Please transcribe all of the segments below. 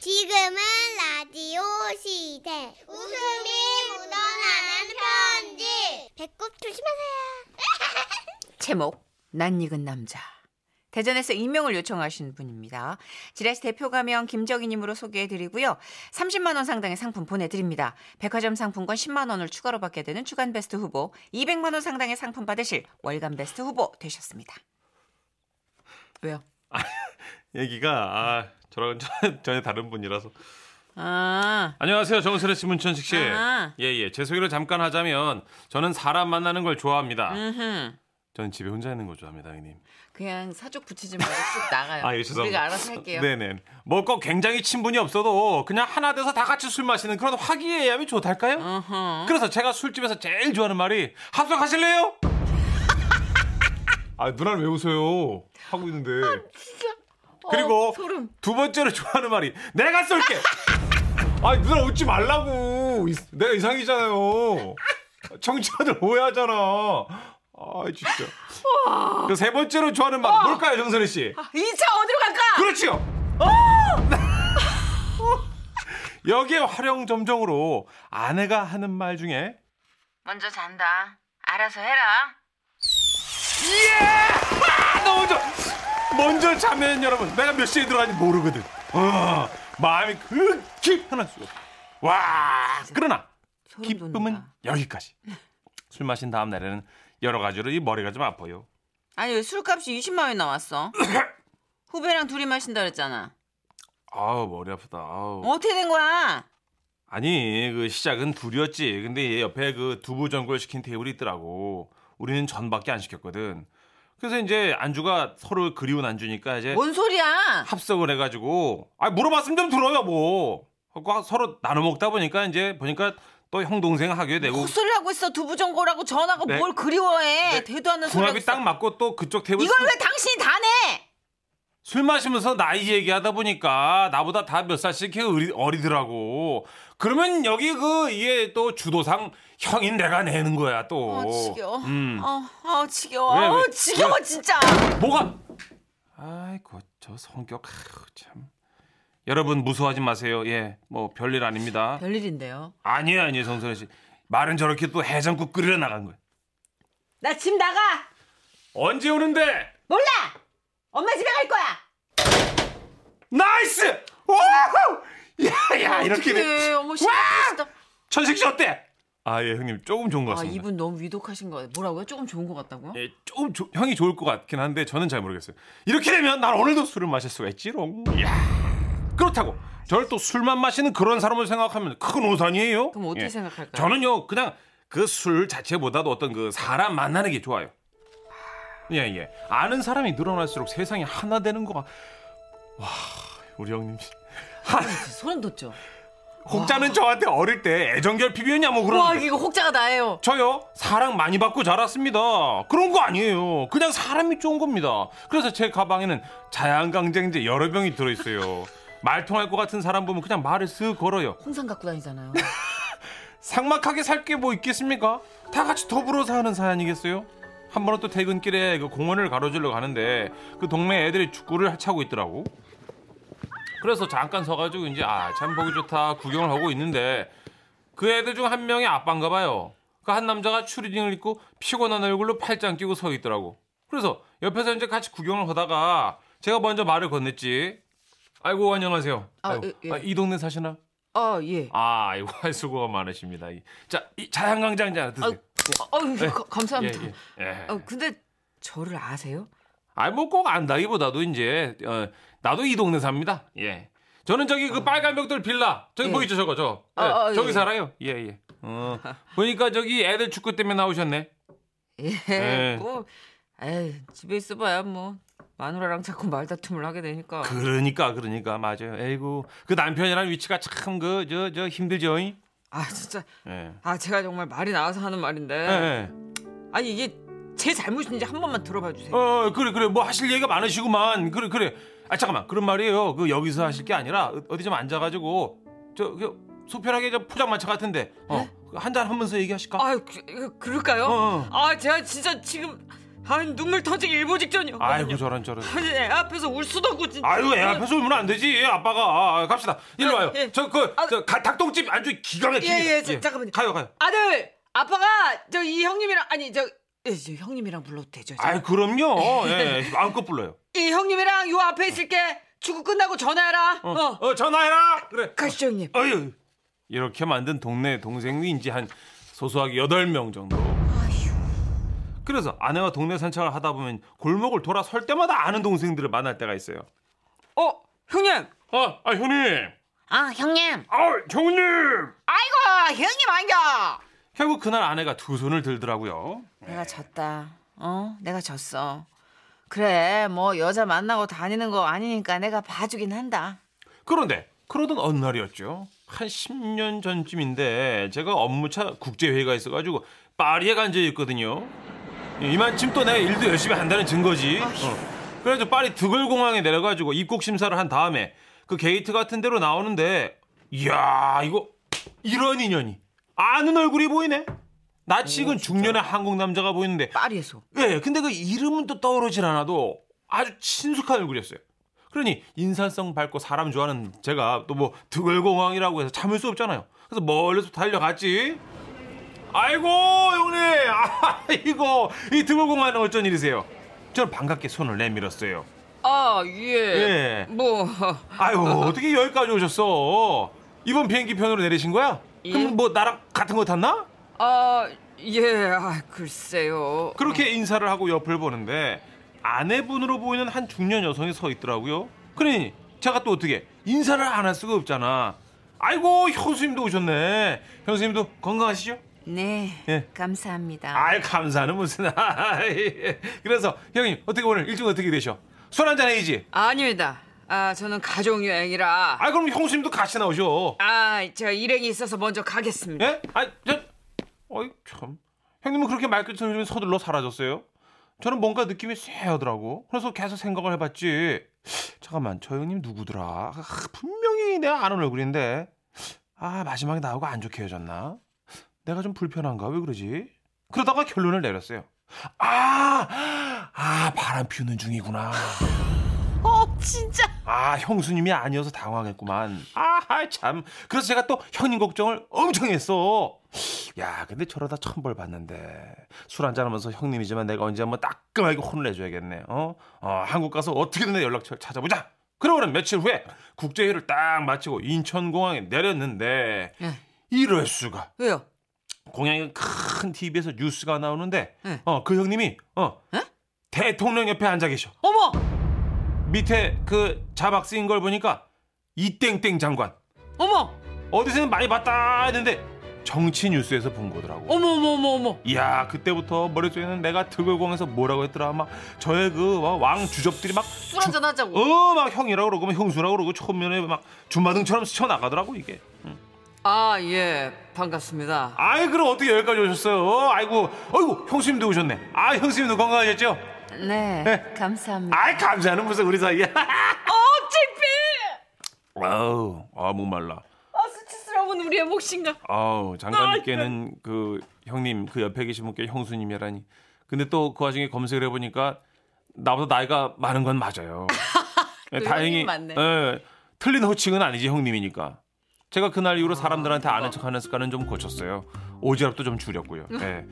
지금은 라디오 시대. 웃음이 묻어나는 편지. 배꼽 조심하세요. 제목 낯익은 남자 대전에서 익명을 요청하신 분입니다. 지라시 대표 가명 김정희님으로 소개해드리고요. 30만 원 상당의 상품 보내드립니다. 백화점 상품권 10만 원을 추가로 받게 되는 주간 베스트 후보, 200만 원 상당의 상품 받으실 월간 베스트 후보 되셨습니다. 왜요? 얘기가 아 저랑 전- 전혀 다른 분이라서 아, 안녕하세요 정선혜 씨 문천식 씨 아. 예예 제 소개를 잠깐 하자면 저는 사람 만나는 걸 좋아합니다 음흠. 저는 집에 혼자 있는 거 좋아합니다 형님 그냥 사족 붙이지 말고 쑥 나가요. 아, 예, 죄송합니다. 네. 우리가 알아서 할게요. 네네 뭐 꼭 굉장히 친분이 없어도 그냥 하나 돼서 다 같이 술 마시는 그런 화기애애함이 아. 좋달까요 어허. 그래서 제가 술집에서 제일 좋아하는 말이 합석하실래요? 아 누나는 왜 웃어요 하고 있는데 그리고 아, 어, 소름. 두 번째로 좋아하는 말이 내가 쏠게. 아 누나 웃지 말라고. 이- 내가 이상이잖아요. 청취자들 오해하잖아. 아 진짜. 그세 번째로 좋아하는 어. 말 뭘까요 정선희 씨? 이 차 어디로 갈까? 그렇지요. 어! 여기에 활용 점정으로 아내가 하는 말 중에 먼저 잔다. 알아서 해라. 나 먼저 먼저 자면 여러분 내가 몇 시에 들어가는지 모르거든. 어, 마음이 극히 편할 수가 없어. 와 그러나 아, 소름 기쁨은 돋는다. 여기까지. 술 마신 다음 날에는 여러 가지로 이 머리가 좀 아파요. 아니 왜 술값이 20만 원이 나왔어? 후배랑 둘이 마신다 그랬잖아. 아우 머리 아프다. 아우. 어떻게 된 거야? 아니 그 시작은 둘이었지. 근데 얘 옆에 그 두부 전골 시킨 테이블이 있더라고. 우리는 전밖에 안 시켰거든. 그래서 이제 안주가 서로 그리운 안주니까 이제 뭔 소리야? 합석을 해가지고 아 물어봤으면 좀 들어요 뭐 하고 서로 나눠 먹다 보니까 이제 보니까 또 형 동생 하게 되고 헛소리 하고 있어 두부전골하고 전하고 네. 뭘 그리워해? 네. 대도 않는 소리 하고 궁합이 있어. 딱 맞고 또 그쪽 테이블 이걸 술- 왜 당신이 다 내? 술 마시면서 나이 얘기하다 보니까 나보다 다 몇 살씩 이렇게 어리, 어리더라고. 그러면 여기 그 이게 또 주도상 형인 내가 내는 거야 또. 아 지겨워. 음. 아, 아 지겨워. 왜, 왜? 아 지겨워 왜? 진짜. 뭐가? 아이고 저 성격 아유, 참. 여러분 무서워하지 마세요. 예, 뭐 별일 아닙니다. 별일인데요. 아니에요, 아니에요, 정선혜 씨. 말은 저렇게 또 해장국 끓이러 나간 거야. 나 집 나가. 언제 오는데? 몰라. 엄마 집에 갈 거야. 나이스! 오! 야야 아, 이렇게 어떡해. 돼. 어머 싫다. 천식 씨 어때? 아 예 형님 조금 좋은 것 아 같습니다. 이분 너무 위독하신 거 같아요. 뭐라고요? 조금 좋은 거 같다고요? 예, 조금 조- 형이 좋을 것 같긴 한데 저는 잘 모르겠어요. 이렇게 되면 난 오늘도 술을 마실 수가 있지롱. 이야. 그렇다고 저를 또 술만 마시는 그런 사람을 생각하면 큰 오산이에요. 그럼 어떻게 생각할까요? 예. 네. 저는요 그냥 그 술 자체보다도 어떤 그 사람 만나는 게 좋아요. 예예 아는 사람이 늘어날수록 세상이 하나 되는 거가 와 우리 형님 하, 아, 소름 돋죠. 혹자는 저한테 어릴 때 애정결핍이었냐 뭐 그런 아. 와 이거 혹자가 나예요. 저요 사랑 많이 받고 자랐습니다 그런 거 아니에요 그냥 사람이 좋은 겁니다 그래서 제 가방에는 자양강장제 여러 병이 들어있어요 말 통할 것 같은 사람 보면 그냥 말을 쓱 걸어요 홍상 갖고 다니잖아요. 삭막하게 살 게 뭐 있겠습니까 다 같이 더불어 사는 사연이겠어요 한 번은 또 퇴근길에 그 공원을 가로질러 가는데 그 동네 애들이 축구를 하차고 있더라고 그래서 잠깐 서가지고 이제 아 참 보기 좋다 구경을 하고 있는데 그 애들 중 한 명이 아빠인가 봐요. 그 한 남자가 추리닝을 입고 피곤한 얼굴로 팔짱 끼고 서 있더라고. 그래서 옆에서 이제 같이 구경을 하다가 제가 먼저 말을 건넸지. 아이고 안녕하세요. 아, 아이고, 예, 예. 아, 이 동네 사시나? 아 예. 아 이거 할 수고가 많으십니다. 이- 자, 이 자양강장제 하나 드세요. 어, 감사합니다. 뭐, 예, 예, 예. 어, 근데 저를 아세요? 아니 뭐 꼭 안다기보다도 이제 어, 나도 이 동네 삽니다. 예. 저는 저기 그 빨간 벽돌 빌라 어. 저기 예. 보이죠 저거 저. 아, 예, 아, 저기 예. 살아요. 예 예. 어, 보니까 저기 애들 축구 때문에 나오셨네. 예. 예. 뭐, 에이, 집에 있어봐야 뭐 마누라랑 자꾸 말다툼을 하게 되니까. 그러니까 그러니까 맞아요. 에이구 그 남편이랑 위치가 참 그 저 저 힘들죠. 예. 아 진짜. 예. 아 제가 정말 말이 나와서 하는 말인데. 예. 아니 이게 제 잘못인지 한 번만 들어봐 주세요. 어 그래 그래 뭐 하실 얘기가 많으시구만. 그래 그래. 아 잠깐만 그런 말이에요. 그 여기서 하실 게 아니라 어- 어디 좀 앉아가지고 저그 소편하게 저 포장마차 같은데 어, 네? 그 아, 어한잔 하면서 얘기하실까? 아유 그, 이거 그럴까요? 어, 어. 아 제가 진짜 지금 아 눈물 터지기 일보 직전이요. 아이고 저런 저런. 아니, 애 앞에서 울 수도 없고 진짜. 아유 애 앞에서 울면 안 되지 아빠가 아, 갑시다 일로 아, 와요 예. 저 그 아, 저 가- 닭똥집 아주 기가 막히게 예, 예, 자, 잠깐만요. 가요 가요 아들 아빠가 저 이 형님이랑 아니 저, 예, 저 형님이랑 불러도 되죠? 저? 아이 그럼요 예 마음껏 불러요 이 형님이랑 요 앞에 있을게. 축구 끝나고 전화해라. 어. 어, 어, 전화해라 그래 가시죠 형님. 어휴 이렇게 만든 동네 동생인지 한 소소하게 여덟 명 정도 그래서 아내와 동네 산책을 하다 보면 골목을 돌아 설 때마다 아는 동생들을 만날 때가 있어요 어 형님. 아, 아 형님 아 형님. 아 형님 아이고 형님 안겨. 결국 그날 아내가 두 손을 들더라고요 내가 졌다. 어, 내가 졌어. 그래, 뭐 여자 만나고 다니는 거 아니니까 내가 봐주긴 한다. 그런데 그러던 어느 날이었죠. 한 10년 전쯤인데 제가 업무차 국제회의가 있어가지고 파리에 간 적이 있거든요. 이만큼 또 내가 일도 열심히 한다는 증거지. 어. 그래서 파리 드골공항에 내려가지고 입국 심사를 한 다음에 그 게이트 같은 데로 나오는데 이야 이거 이런 인연이 아는 얼굴이 보이네. 나 치곤 중년의 한국 남자가 보이는데 파리에서. 예, 근데 그 이름은 또 떠오르질 않아도 아주 친숙한 얼굴이었어요. 그러니 인산성 밝고 사람 좋아하는 제가 또 뭐 드글공항이라고 해서 참을 수 없잖아요. 그래서 멀리서 달려갔지. 아이고 형님, 아이고 이 드글공항은 어쩐 일이세요? 저는 반갑게 손을 내밀었어요. 아, 예. 예. 뭐 아유 어떻게 여기까지 오셨어? 이번 비행기 편으로 내리신 거야? 예. 그럼 뭐 나랑 같은 거 탔나? 아, 예. 아, 글쎄요. 그렇게 인사를 하고 옆을 보는데 아내분으로 보이는 한 중년 여성이 서 있더라고요. 그러니 제가 또 어떻게 인사를 안 할 수가 없잖아. 아이고 형수님도 오셨네. 형수님도 건강하시죠? 네. 예. 감사합니다. 아이 감사는 무슨. 아이. 그래서 형님 어떻게 오늘 일정 어떻게 되셔? 술 한잔 해야지. 아, 닙니다 아, 저는 가족 여행이라 아 그럼 형수님도 같이 나오셔. 아, 저 일행이 있어서 먼저 가겠습니다. 예? 아이 저. 어이 참. 형님은 그렇게 말끝을 서둘러 사라졌어요. 저는 뭔가 느낌이 쎄하더라고. 그래서 계속 생각을 해봤지. 잠깐만, 저 형님 누구더라? 아, 분명히 내가 아는 얼굴인데. 아, 마지막에 나하고 안 좋게 헤어졌나? 내가 좀 불편한가? 왜 그러지? 그러다가 결론을 내렸어요. 아! 아, 바람 피우는 중이구나. 어, 진짜. 아, 형수님이 아니어서 당황했구만. 아, 아이, 참. 그래서 제가 또 형님 걱정을 엄청 했어. 야, 근데 저러다 천벌 받는데. 술 한잔하면서 형님이지만 내가 언제 한번 따끔하게 혼을 내줘야겠네. 어? 어, 한국 가서 어떻게든 내 연락처를 찾아보자. 그러고는 며칠 후에 국제회의를 딱 마치고 인천공항에 내렸는데 예. 이럴 수가. 왜요? 공항에 큰 TV에서 뉴스가 나오는데 예. 어, 그 형님이 어, 예? 대통령 옆에 앉아 계셔. 어머! 밑에 그 자막 쓰인 걸 보니까 이땡땡 장관 어머! 어디서는 많이 봤다 했는데 정치 뉴스에서 본 거더라고. 어머 어머 어머 어머. 이야 그때부터 머릿속에는 내가 드글공에서 뭐라고 했더라 막 저의 그 왕 주접들이 술 한잔 하자고. 막 어 막 형이라고 그러고 막 형수라고 그러고 초면에 막 준마등처럼 스쳐 나가더라고 이게. 아, 예. 반갑습니다. 아이 그럼 어떻게 여기까지 오셨어요? 아이고 아이고 형수님도 오셨네. 아 형수님도 건강하셨죠? 네. 감사합니다. 아이 감사는 무슨 우리 사이야. 어, 창피! 아우 아 목말라. 아, 수치스러운 우리의 몫인가? 아우 장관님께는 그 형님 그 옆에 계신 분께 형수님이라니. 근데 또 그 와중에 검색을 해보니까 나보다 나이가 많은 건 맞아요. 예, 또그 형님 맞네. 예, 틀린 호칭은 아니지 형님이니까. 제가 그날 이후로 사람들한테 아는 척하는 습관은 좀 고쳤어요. 오지랖도 좀 줄였고요. 음. 예.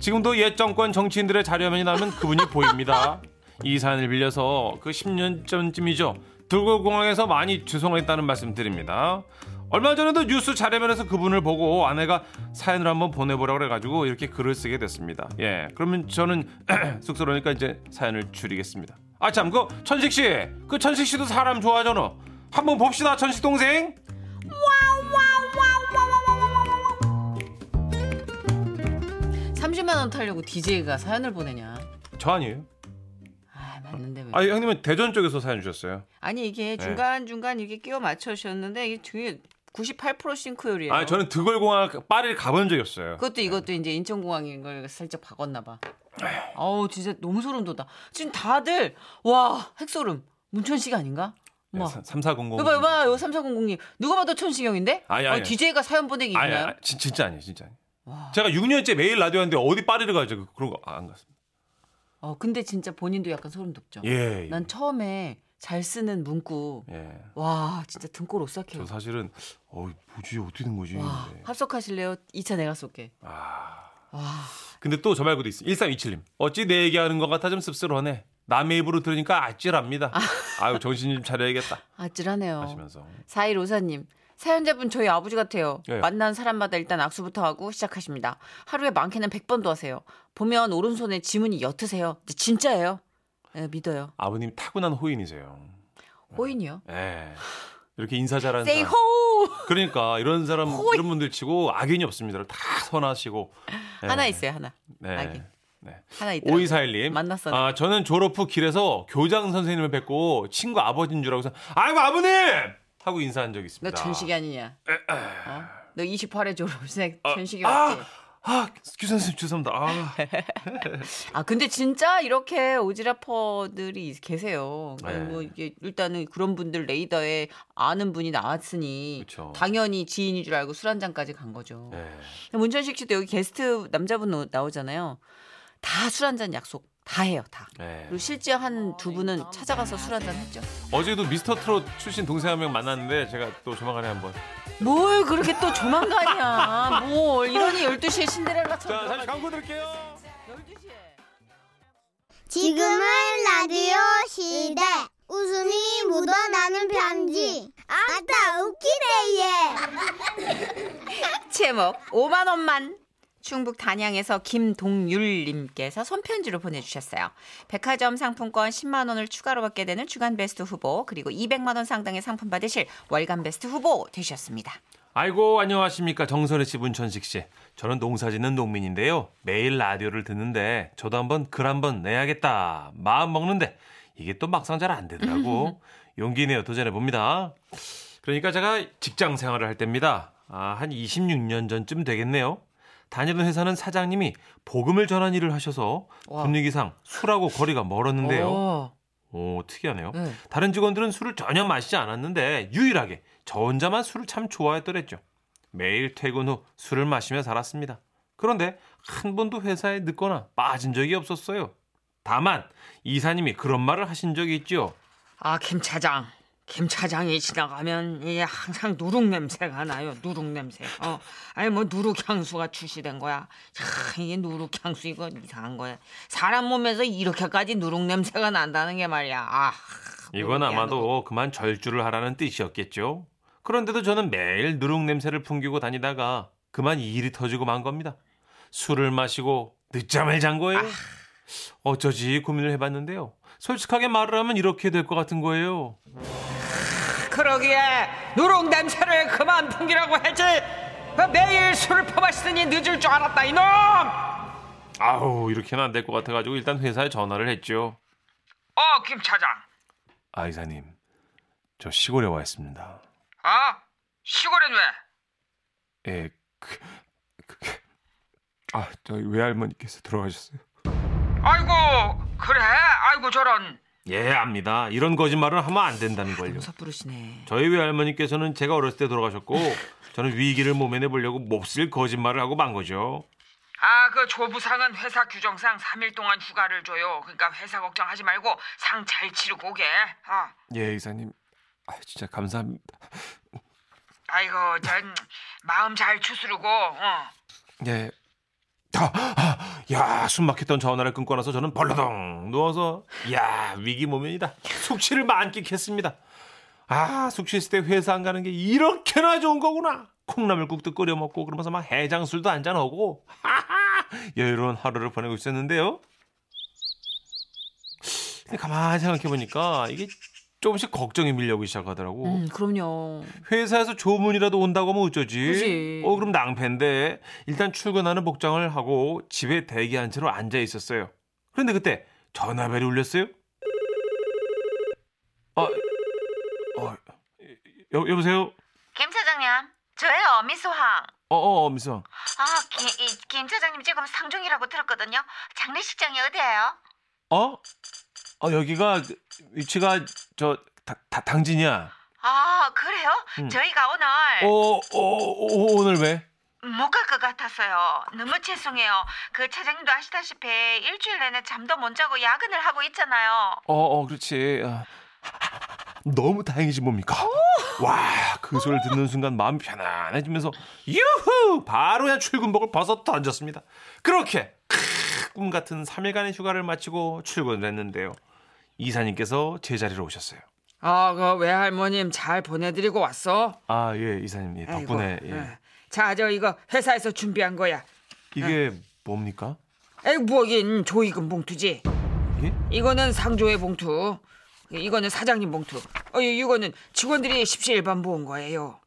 지금도 옛 정권 정치인들의 자료화면이 나면 그분이 보입니다. 이 사연을 빌려서 그 10년 전쯤이죠. 두골공항에서 많이 죄송했다는 말씀 드립니다. 얼마 전에도 뉴스 자료면에서 그분을 보고 아내가 사연을 한번 보내보라고 그래가지고 이렇게 글을 쓰게 됐습니다. 예, 그러면 저는 쑥스러우니까 이제 사연을 줄이겠습니다. 아 참, 그 천식 씨, 그 천식 씨도 사람 좋아하잖아. 한번 봅시다, 천식 동생. 와우 30만 원 타려고 DJ가 사연을 보내냐? 저 아니에요. 음. 아, 맞는데 왜? 아 형님은 대전 쪽에서 사연 주셨어요. 아니, 네. 이게 중간중간 이게 끼워 맞춰 주셨는데 이게 중에 98% 싱크율이에요. 아 저는 드골공항 파리를 가본 적이 없어요. 예. 그것도 이것도 이제 인천공항인 걸 살짝 바꿨나 봐. 어우, 진짜 너무 소름 돋아. 지금 다들 와, 핵소름. 문천식 아닌가? 네, 와. 3400. 여봐 여봐 요 삼사공공님 누가 봐도 천식형인데? 아니, 아니. DJ가 사연 보내기 아니, 있나요? 아니 진- 그, 진짜 아니에요, 진짜 아니에요. 제가 6년째 매일 라디오 하는데 어디 파리를 가죠? 그런 거 안 갔습니다. 어, 근데 진짜 본인도 약간 소름 돋죠. 예. 예. 난 처음에 잘 쓰는 문구 예. 와 진짜 등골 저 오싹해요. 사실은 어 뭐지 어떻게 된 거지? 네. 와 네. 합석하실래요? 2차 내가 쏠게. 아. 와 근데 또 저 말고도 있어. 1327님. 어찌 내 얘기하는 것 같아 좀 씁쓸하네. 남의 입으로 들으니까 아찔합니다. 아유 정신 좀 차려야겠다 아찔하네요. 하시면서. 4154님. 사연자분 저희 아버지 같아요. 예. 만난 사람마다 일단 악수부터 하고 시작하십니다. 하루에 많게는 100번도 하세요. 보면 오른손에 지문이 옅으세요. 근데 진짜예요. 예, 믿어요. 아버님 타고난 호인이세요. 네. 호인이요. 예. 이렇게 인사 잘하는 세이 사람. 호! 그러니까 이런 사람 호이. 이런 분들 치고 악인이 없습니다. 다 선하시고. 예. 하나 있어요, 하나. 네. 악인. 네. 하나 있다. 오이사일님 예, 만났었네. 아 저는 졸업 후 길에서 교장 선생님을 뵙고 친구 아버지인 줄 알고서 아이고 아버님 하고 인사한 적이 너 있습니다. 전식이 아니냐? 어? 너 28회 졸업생 아, 전식이 네. 아, 맞지? 아, 교장 선생님 죄송합니다. 아, 아 근데 진짜 이렇게 오지라퍼들이 계세요. 그러니까 네. 뭐 이게 일단은 그런 분들 레이더에 아는 분이 나왔으니 그쵸. 당연히 지인인 줄 알고 술 한 잔까지 간 거죠. 네. 문천식 씨도 여기 게스트 남자분 오- 나오잖아요. 다 술 한 잔 약속 다 해요 다. 네. 그리고 실제 한 두 분은 찾아가서 술 한 잔 했죠. 어제도 미스터 트롯 출신 동생 한 명 만났는데 제가 또 조만간에 한번. 뭘 그렇게 또 조만간이야. 뭘 이러니 12시에 자, 신데렐라처럼. 다시 광고 드릴게요. 12시에. 지금은 라디오 시대. 웃음이 묻어나는 편지. 아따, 웃기네, 제목 5만 원만 충북 단양에서 김동률님께서 손편지로 보내주셨어요. 백화점 상품권 10만 원을 추가로 받게 되는 주간 베스트 후보 그리고 200만 원 상당의 상품 받으실 월간 베스트 후보 되셨습니다. 아이고 안녕하십니까 정선혜 씨, 문천식 씨. 저는 농사짓는 농민인데요. 매일 라디오를 듣는데 저도 한번 글 한번 내야겠다 마음 먹는데 이게 또 막상 잘 안 되더라고. 용기 내어 도전해 봅니다. 그러니까 제가 직장 생활을 할 때입니다. 아, 한 26년 전쯤 되겠네요. 다니던 회사는 사장님이 복음을 전한 일을 하셔서 와. 어. 분위기상 술하고 거리가 멀었는데요. 오, 오, 특이하네요. 네. 다른 직원들은 술을 전혀 마시지 않았는데 유일하게 저 혼자만 술을 참 좋아했더랬죠. 매일 퇴근 후 술을 마시며 살았습니다. 그런데 한 번도 회사에 늦거나 빠진 적이 없었어요. 다만 이사님이 그런 말을 하신 적이 있지요. 아 김차장. 김차장이 지나가면 이게 항상 누룩 냄새가 나요. 누룩 냄새. 어, 아니 뭐 누룩 향수가 출시된 거야. 참 이게 누룩 향수 이거 이상한 거야. 사람 몸에서 이렇게까지 누룩 냄새가 난다는 게 말이야. 아, 이건 모르게 하는 아마도 그만 절주를 하라는 뜻이었겠죠. 그런데도 저는 매일 누룩 냄새를 풍기고 다니다가 그만 이 일이 터지고 만 겁니다. 술을 마시고 늦잠을 잔 거예요. 어쩌지 고민을 해봤는데요. 솔직하게 말을 하면 이렇게 될 것 같은 거예요. 그러기에 누룩 냄새를 그만 풍기라고 했지 왜 매일 술을 퍼마시더니 늦을 줄 알았다 이놈 어 아우 이렇게는 안 될 것 같아가지고 일단 회사에 전화를 했죠. 김차장 아 이사님, 저 시골에 와 있습니다. 어? 아 시골엔 왜 예, 그, 그, 아 저희 외할머니께서 돌아가셨어요. 아이고 그래 아이고 저런 예, 압니다. 이런 거짓말은 하면 안 된다는 걸요. 섣부르시네. 저희 외할머니께서는 제가 어렸을 때 돌아가셨고 저는 위기를 모면해 보려고 몹쓸 거짓말을 하고 만 거죠. 아 그 조부상은 회사 규정상 3일 동안 휴가를 줘요 그러니까 회사 걱정하지 말고 상 잘 치르고 오게 어. 예, 이사님. 아 진짜 감사합니다. 아이고 전 마음 잘 추스르고 어. 예. 아, 아, 야, 숨 막혔던 전화를 끊고 나서 저는 벌러덩 누워서 야, 위기 모면이다. 숙취를 만끽했습니다. 아, 숙취 있을 때 회사 안 가는 게 이렇게나 좋은 거구나. 콩나물국도 끓여 먹고 그러면서 막 해장술도 한잔하고 하하! 여유로운 하루를 보내고 있었는데요. 근데 가만히 생각해 보니까 이게 조금씩 걱정이 밀려오기 시작하더라고. 음, 그럼요. 회사에서 조문이라도 온다고 하면 어쩌지? 그지. 어, 그럼 낭패인데. 일단 출근하는 복장을 하고 집에 대기한 채로 앉아 있었어요. 그런데 그때 전화벨이 울렸어요. 아, 어, 여, 여보세요? 김 차장님, 저예요, 미소황. 어, 어, 어 미성. 아, 김, 이, 김 차장님 지금 상종이라고 들었거든요. 장례식장이 어디예요? 어? 어, 여기가, 위치가, 저, 다, 다, 당진이야. 네. 아, 그래요? 저희가 오늘 어, 어, 어, 오늘 왜? 못 갈 것 같아서요. 너무 죄송해요. 그 차장님도 아시다시피 일주일 내내 잠도 못 자고 야근을 하고 있잖아요. 어, 어, 그렇지. 어. 너무 다행이지 뭡니까? 와, 그 소리를 듣는 순간 마음이 편안해지면서 유후! 바로 그냥 출근복을 벗어 던졌습니다. 그렇게 크, 꿈 같은 3일간의 휴가를 마치고 출근을 했는데요. 이사님께서 제 자리로 오셨어요. 아, 그 외할머님 잘 보내드리고 왔어. 아, 예, 이사님. 예, 아이고, 덕분에. 예. 예. 자, 저 이거 회사에서 준비한 거야. 이게 뭡니까? 에이, 뭐긴 조이금 봉투지. 이게? 이거는 상조의 봉투. 이거는 사장님 봉투. 어, 이- 이거는 직원들이 십시일반 모은 거예요.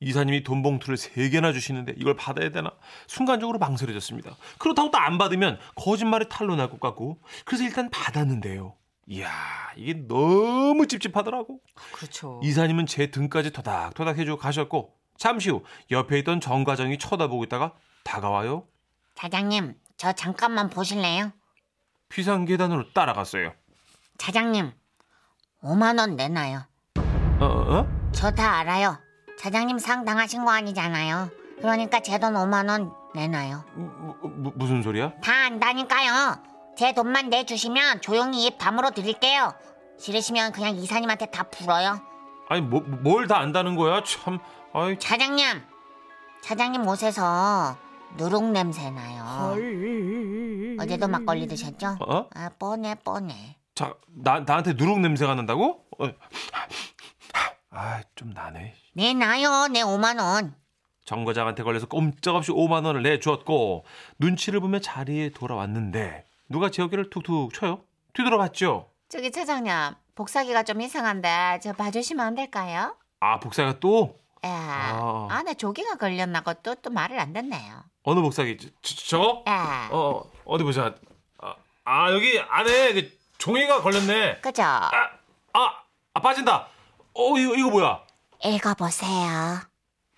이사님이 돈 봉투를 세개나 주시는데 이걸 받아야 되나? 순간적으로 망설여졌습니다. 그렇다고 또 안 받으면 거짓말에 탄로 날 것 같고 그래서 일단 받았는데요. 이야 이게 너무 찝찝하더라고. 그렇죠. 이사님은 제 등까지 토닥토닥 해주고 가셨고 잠시 후 옆에 있던 정 과장이 쳐다보고 있다가 다가와요. 사장님, 저 잠깐만 보실래요? 비상 계단으로 따라갔어요. 사장님, 5만 원 내놔요. 어? 어? 저 다 알아요. 사장님 상 당하신 거 아니잖아요. 그러니까 제 돈 5만 원 내놔요. 무, 무, 무슨 소리야? 다 안다니까요. 제 돈만 내주시면 조용히 입 다물어 드릴게요. 싫으시면 그냥 이사님한테 다 불어요. 아니 뭐, 뭘 다 안다는 거야? 참. 아이 사장님, 사장님 옷에서 누룩 냄새 나요. 어제도 막걸리 드셨죠? 어? 아 뻔해 뻔해. 자, 나 나한테 누룩 냄새가 난다고? 어. 아, 좀 나네. 내 나요 내 5만 원. 정 과장한테 걸려서 꼼짝없이 5만 원을 내주었고 눈치를 보며 자리에 돌아왔는데 누가 제 어깨를 툭툭 쳐요. 뒤돌아봤죠. 저기 차장님 복사기가 좀 이상한데 저 봐주시면 안 될까요? 아, 복사가 또 에 아. 안에 예. 네, 조기가 걸렸나 것도 또 말을 안 듣네요. 예. 어느 복사기? 저, 저- 저거? 에 어, 어디 보자. 아, 아, 여기 안에 그 종이가 걸렸네. 그죠? 아, 아 빠진다. 어, 이거 이거 뭐야? 읽어보세요.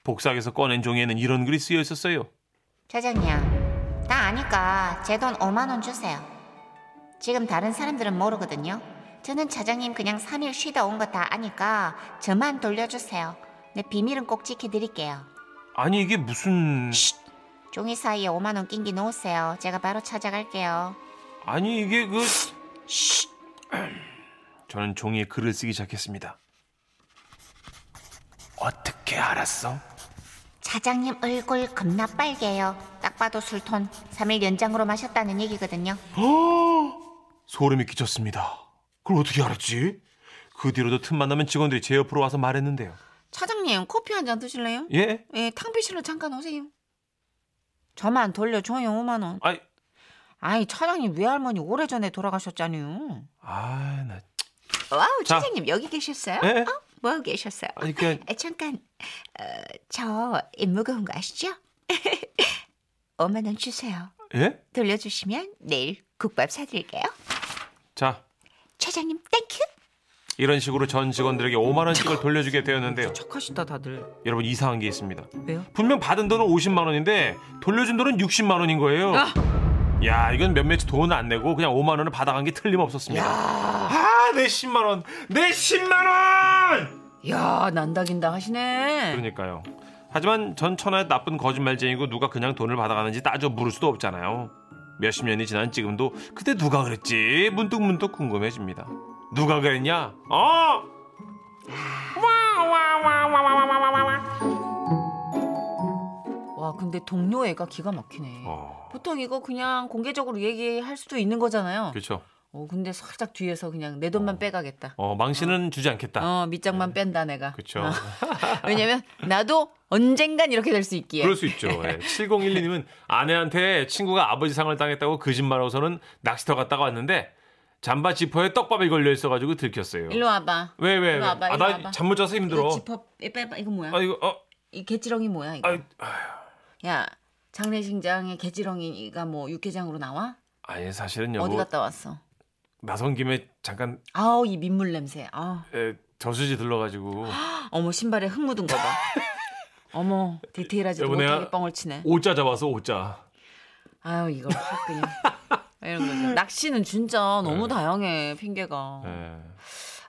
복사기에서 꺼낸 종이에는 이런 글이 쓰여 있었어요. 차장님 나 아니까 제 돈 5만 원 주세요. 지금 다른 사람들은 모르거든요. 저는 차장님 그냥 3일 쉬다 온 거 다 아니까 저만 돌려주세요. 내 비밀은 꼭 지켜드릴게요. 아니, 이게 무슨 종이 사이에 5만 원 낀기 놓으세요. 제가 바로 찾아갈게요. 아니 이게 그 저는 종이에 글을 쓰기 시작했습니다. 어떻게 알았어? 차장님 얼굴 겁나 빨개요. 딱 봐도 술톤 3일 연장으로 마셨다는 얘기거든요. 소름이 끼쳤습니다. 그걸 어떻게 알았지? 그 뒤로도 틈만 나면 직원들이 제 옆으로 와서 말했는데요. 차장님 커피 한 잔 드실래요? 예? 예, 탕비실로 잠깐 오세요. 저만 돌려줘요 5만 원. 아이, 아이 차장님 외할머니 오래전에 돌아가셨잖아요. 아, 나, 와우 자. 차장님 여기 계셨어요? 예? 어? 뭐 하고 계셨어요? 아니 그냥 아, 잠깐 어, 저입 무거운 거 아시죠? 5만 원 주세요. 예? 돌려주시면 내일 국밥 사드릴게요. 자, 차장님 땡큐. 이런 식으로 전 직원들에게 5만 원씩을 돌려주게 되었는데요. 착하시다 다들. 여러분 이상한 게 있습니다. 왜요? 분명 받은 돈은 50만 원인데 돌려준 돈은 60만 원인 거예요. 아! 야, 이건 몇몇 돈은 안 내고 그냥 5만 원을 받아간 게 틀림없었습니다. 아, 내 10만 원. 내 10만 원! 야, 난다긴다 하시네. 그러니까요. 하지만 전 천하의 나쁜 거짓말쟁이고 누가 그냥 돈을 받아가는지 따져 물을 수도 없잖아요. 몇십 년이 지난 지금도 그때 누가 그랬지? 문득 문득 궁금해집니다. 누가 그랬냐? 어! 와, 근데 동료 애가 기가 막히네. 어, 보통 이거 그냥 공개적으로 얘기할 수도 있는 거잖아요. 그렇죠. 어, 근데 살짝 뒤에서 그냥 내 돈만 빼가겠다. 어, 망신은 주지 않겠다. 어, 아. 밑장만 뺀다 내가. 어, 그렇죠. 왜냐면 나도 언젠간 이렇게 될 수 있기에. 그럴 수 있죠. 예. 7012님은 아내한테 친구가 아버지 상을 당했다고 거짓말하고서는 낚시터 갔다가 왔는데 잠바 지퍼에 떡밥이 걸려 있어가지고 들켰어요. 일로 와봐. 왜 왜? 왜? 일로 와봐, 아, 일로 나 와봐. 잠 못 자서 힘들어. 이거 지퍼 빼봐. 이거 뭐야? 아 이거 어, 이 개지렁이 뭐야 이거? 아, 야, 장례식장에 개지렁이가 뭐 육개장으로 나와? 아니 사실은 어디 여보 갔다 왔어? 나선 김에 잠깐 아우 이 민물 냄새. 아, 에, 저수지 들러가지고 어머 신발에 흙 묻은 거 봐. 어머 디테일하지도 여보, 내가- 못하게 뻥을 치네. 오자 잡아서 오자. 아유 이걸 확 그냥 이런 거죠. 낚시는 진짜 너무 네. 다양해 핑계가. 예.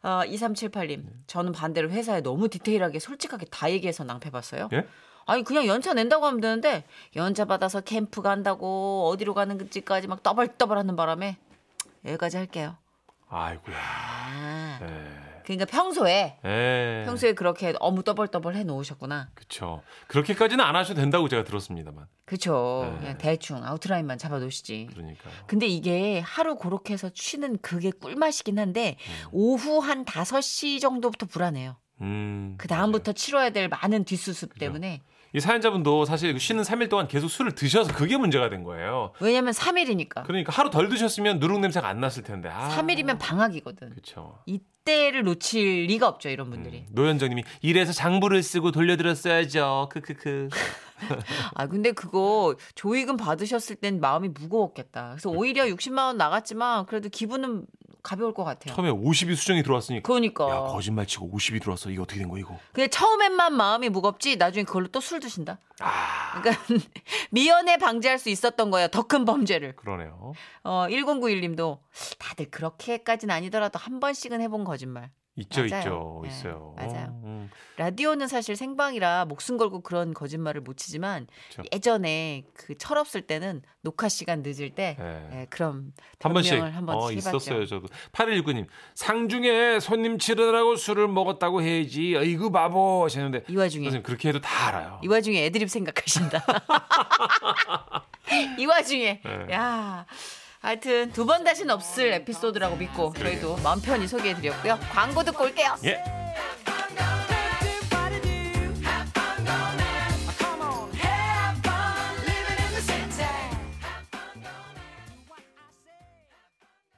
아 2378님 저는 반대로 회사에 너무 디테일하게 솔직하게 다 얘기해서 낭패봤어요. 예? 아니 그냥 연차 낸다고 하면 되는데 연차 받아서 캠프 간다고 어디로 가는 지까지 막 떠벌떠벌하는 바람에 여기까지 할게요. 아이고야. 아, 예. 그러니까 평소에 예. 평소에 그렇게 너무 떠벌떠벌 해 놓으셨구나. 그쵸. 그렇게까지는 안 하셔도 된다고 제가 들었습니다만. 그쵸. 네. 그냥 대충 아웃라인만 잡아 놓으시지. 그러니까요. 근데 이게 하루 그렇게 해서 쉬는 그게 꿀맛이긴 한데 오후 한 5시 정도부터 불안해요. 음. 그 다음부터 치러야 될 많은 뒷수습 때문에 이 사연자분도 사실 그 쉬는 3일 동안 계속 술을 드셔서 그게 문제가 된 거예요. 왜냐면 3일이니까. 그러니까 하루 덜 드셨으면 누룩 냄새가 안 났을 텐데. 아. 3일이면 방학이거든. 그쵸. 음. 이때를 놓칠 리가 없죠, 이런 분들이. 노현정님이 이래서 장부를 쓰고 돌려드렸어야죠. 크크크. 아, 근데 그거 조익금 받으셨을 땐 마음이 무거웠겠다. 그래서 오히려 60만 원 나갔지만 그래도 기분은 가벼울 것 같아요. 처음에 50이 수정이 들어왔으니까. 그러니까. 야 거짓말 치고 50이 들어왔어. 이거 어떻게 된 거야 이거? 근데 처음엔만 마음이 무겁지 나중에 그걸로 또 술 드신다. 아. 그러니까 미연에 방지할 수 있었던 거예요. 더 큰 범죄를. 그러네요. 어, 1091님도 다들 그렇게까지는 아니더라도 한 번씩은 해본 거짓말. 있죠 맞아요. 있죠 네, 있어요. 맞아요. 음, 라디오는 사실 생방이라 목숨 걸고 그런 거짓말을 못 치지만 그렇죠. 예전에 그 철없을 때는 녹화 시간 늦을 때 네. 예, 그럼 한 번씩 변명을 한 번씩 어, 해봤죠. 있었어요 저도 8119님 상중에 손님 치르느라고 술을 먹었다고 해야지 아이고 바보 하시는데 이 와중에 선생님 그렇게 해도 다 알아요 이 와중에 애드립 생각하신다. 이 와중에 네. 야. 하여튼 두 번 다시는 없을 에피소드라고 믿고 저희도 마음 편히 소개해드렸고요. 광고 듣고 올게요. 예.